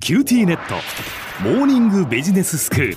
キューティーネットモーニングビジネススクール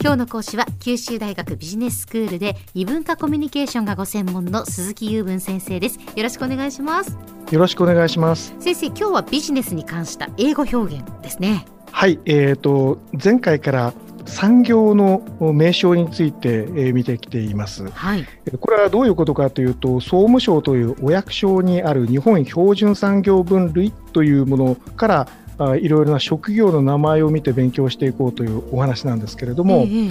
今日の講師は九州大学ビジネススクールで異文化コミュニケーションがご専門の鈴木雄文先生ですよろしくお願いしますよろしくお願いします。先生今日はビジネスに関した英語表現ですねはい、えー、と前回から産業の名称について、えー見てきています。はいこれはどういうことかというと、総務省というお役所にある日本標準産業分類というものから、あいろいろな職業の名前を見て勉強していこうというお話なんですけれども、ええ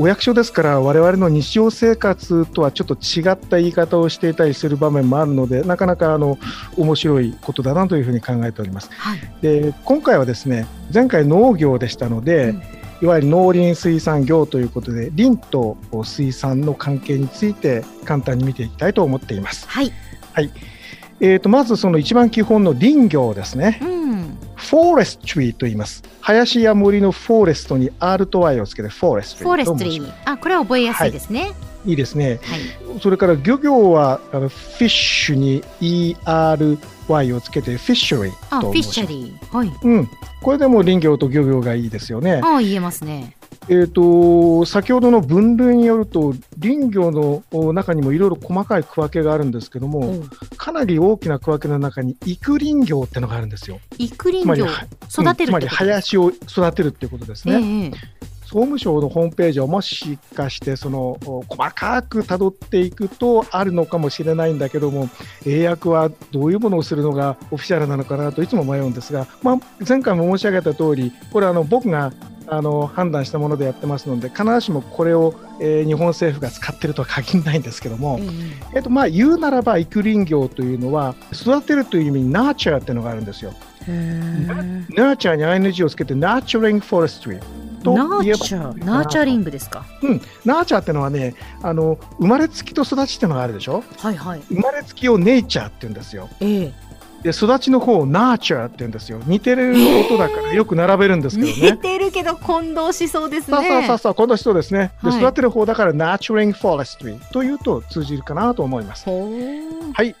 お役所ですから我々の日常生活とはちょっと違った言い方をしていたりする場面もあるのでなかなかあの面白いことだなというふうに考えております。はいで今回はですね前回農業でしたので、うんいわゆる農林水産業ということで林と水産の関係について簡単に見ていきたいと思っています。はいえー、とまずその一番基本の林業ですね。うんフォーレストリーと言います。林や森のフォーレストに R と Y をつけてフォーレストリー。フォレストリーあこれは覚えやすいですねいいですね。はい、それから漁業はあのフィッシュに ERY をつけてフィッシュリーあとフィ申ッしシャますリーはいうん。これでもう林業と漁業がいいですよね。ああ言えますねえー、と先ほどの分類によると林業のお中にもいろいろ細かい区分けがあるんですけどおもかなり大きな区分けの中に育林業ってのがあるんですよ育つま林り業は育てるうってことんつまりです林を育てるっていうことですね、ええ総務省のホームページをもしかしてそのお細かくたどっていくとあるのかもしれないんだけども英訳はどういうものをするのがオフィシャルなのかなといつも迷うんですが、まあ、前回も申し上げた通りこれはあの僕があの判断したものでやってますので必ずしもこれを、えー日本政府が使ってるとは限らないんですけども、ええっと、まあ言うならば育林業というのは育てるという意味にナーチャーっていうのがあるんですよ。えへえナーチャーに ING をつけてナーチャリングフォレストリーとナ言えーばチャーナーチャリングですかうん、ナーチャーってのはねあの生まれつきと育ちってのがあるでしょはいはい生まれつきをネイチャーって言うんですよええで育ちの方をナーチャーって言うんですよ似てる音だからよく並べるんですけど似ねてるけど混同しそうですね。そうそうそうそう今度そうですね、はいで育てる方だからナーチュリングフォレストリーというと通じるかなと思いますほうえ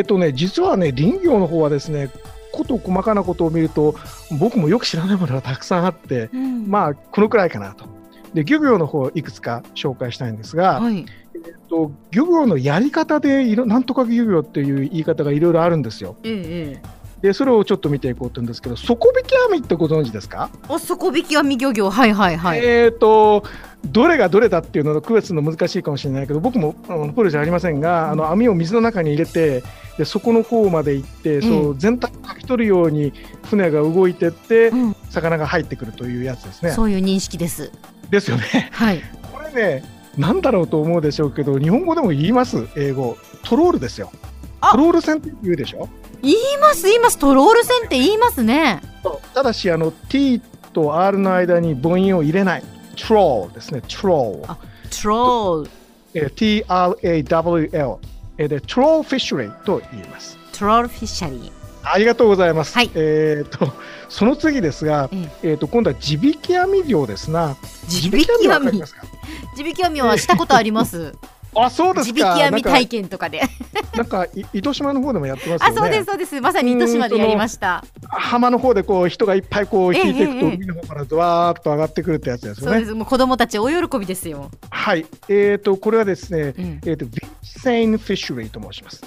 ーとね実はね林業の方はですねこと細かなことを見ると僕もよく知らないものがたくさんあってうんまあこのくらいかなとで漁業の方いくつか紹介したいんですが、はい、えっと漁業のやり方でいろなんとか漁業っていう言い方がいろいろあるんですよ。ええええでそれをちょっと見ていこうって言うんですけど底引き網ってご存知ですか、お底引き網漁業はいはいはい。えっ、とどれがどれだっていうのを区別の難しいかもしれないけど僕もあのプロじゃありませんが、あの網を水の中に入れてで底の方まで行って、そう全体をかき取るように船が動いてって、うん魚が入ってくるというやつですね。そういう認識です。ですよね。はい。これねなんだろうと思うでしょうけど日本語でも言います英語トロールですよあトロール船って言うでしょ言います言いますトロール船って言いますね。ただしあの T と R の間に母音を入れないトロールですねトローあトロールル、えー TRAWL えーでトロールフィッシュレイと言いますトロールフィッシャリー。ありがとうございます、はいえー、とその次ですが、ええー、と今度は地引き網漁ですな地引きわかり網ますか地引き網はしたことあり ます。あそうです地か引き網体験験とかで。なんかなんかい 糸島の方でもやってますよあねそうですそうですまさに糸島でやりました。浜の方でこう人がいっぱいこう引いていくとええええ海の方からドワーッと上がってくるってやつですそようねで。すもう子供たち大喜びですよ。はい。えっ、とこれはですね、うんえっ、とビーチセインフィッシュリーと申します。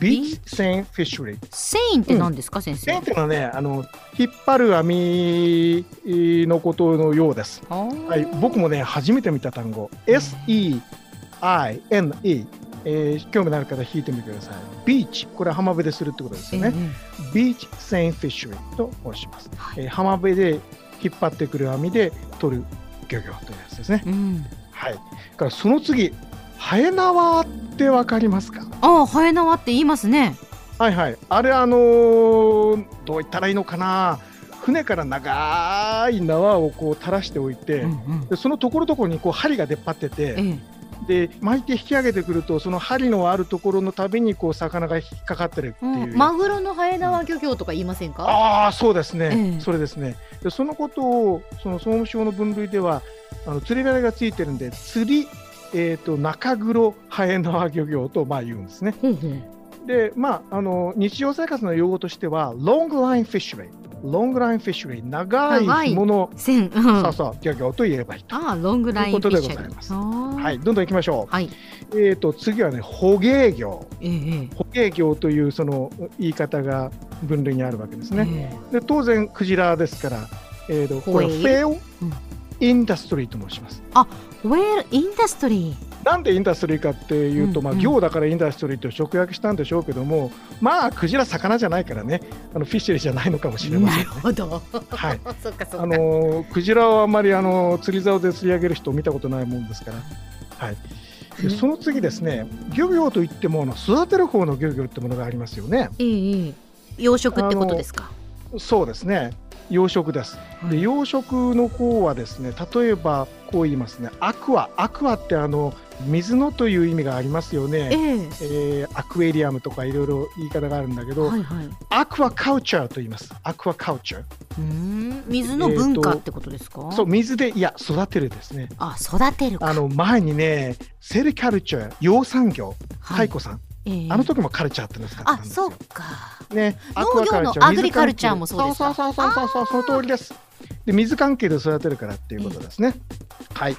ビーチセインフィッシュリー。セインって何ですか、先セイン生っ。ていうのはね、あの引っ張る網のことのようです。は。はい僕もね初めて見た単語、S E I N E。えー、興味のある方引いてみてください。ビーチ、これは浜辺でするってことですよね。ビーチセインフィッシュリーと申します、はいえー浜辺で引っ張ってくる網で取る漁業というやつですね、うん。はいからその次ハエ縄ってわかりますかああ、ハエ縄って言いますね。はいはいあれあのーどう言ったらいいのかな船から長い縄をこう垂らしておいて、うんうん。でそのところどころにこう針が出っ張っててえで巻いて引き上げてくるとその針のあるところのたびにこう魚が引っかかってるってえ、いう、うん、マグロのハエ縄漁業とか言いませんか。ああそうですね、ええそれですねでそのことをその総務省の分類ではあの釣り針がついてるんで釣り、えー、と中黒ハエナワ漁業とまあ言うんですねほんほんで、まあ、あの日常生活の用語としては、ロングラインフィッシュレイ、ロングラインフィッシュレイ、長長いい紐の、線、うん、さああさあ、ギャギャと言えばいいと。あロングラインというこフとでィッシャーございますあーはい、どんどん行きましょ。はいうえっ、と、次はね、捕鯨業。ええ捕鯨業というその言い方が分類にあるわけですね。ねで当然クジラですから、えー、とほえこれフェオうんインダストリーと申します。ホエールインダストリーなんでインダストリーかっていうと、うんまあ、うん行だからインダストリーと直訳したんでしょうけども、まあクジラ魚じゃないからねあのフィッシュリーじゃないのかもしれまなせんる。ほどはい、 そっかそっかあのークジラはあんまりあのー釣り竿で釣り上げる人見たことないもんですから、はい、でその次ですね漁業といってもあの育てる方の漁業ってものがありますよね。ええええ養殖ってことですかそうですね養殖ですはでい養殖の方はですね例えばこう言いますねアクアアクアってあの水のという意味がありますよえね、えーアクエリアムとかいろいろ言い方があるんだけえど、はいはいアクアカウチャーと言いますアクアカウチャうーん水の文化ってことですか、ーそう水でいや育てるですねあ育てるかあの前にねセルカルチャー養産業太子さん、ええあの時もカルチャーっての使ってたんあですそようかね、農アクアカ業ルのチャーアグリカルチャーもそうですかそうそうそうそうそうそうその通りですで水関係で育てるからっていうことですね、はい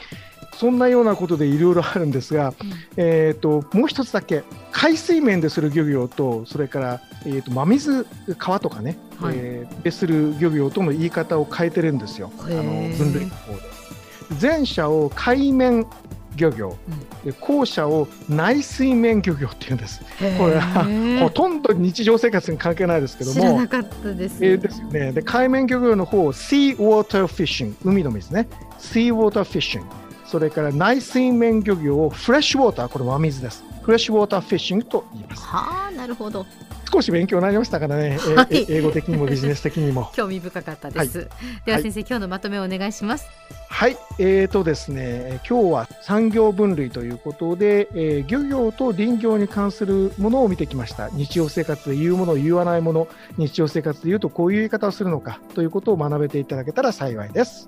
そんなようなことでいろいろあるんですが、うんえー、ともう一つだけ海水面でする漁業とそれから、えー、と真水川とかね、はいえーでする漁業との言い方を変えてるんですよあへのー分類の方で前者を海面漁業、で後者を内水面漁業っていうんですこれはへえほとんど日常生活に関係ないですけど知らもな、かったです、えーですよね、で海面漁業の方、Sea Water Fishing、海の水ね、Sea Water Fishing、それから内水面漁業を Fresh Water、これ真水です、Fresh Water Fishing と言います。はあなるほど少し勉強になりましたからね、えーはい。え英語的にもビジネス的にも興味深かったです、ではは先い生、今日のまとめをお願いしますはい、えーとですね、えー今日は産業分類ということで、えー漁業と林業に関するものを見てきました。日常生活で言うもの、言わないもの、日常生活で言うとこういう言い方をするのかということを学べていただけたら幸いです。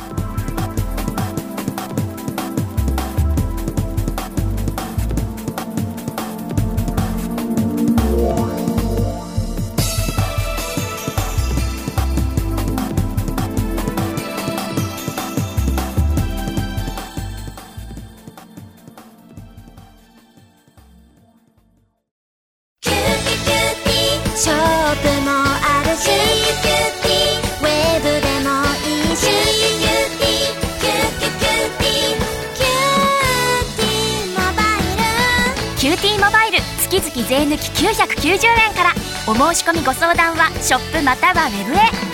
キューピキューピショップもあるしキューピキューピウェブでもいいしキューピキューピキューピキューピモバイルキューティーモバイル月々税抜き990円からお申し込みご相談はショップまたはウェブへ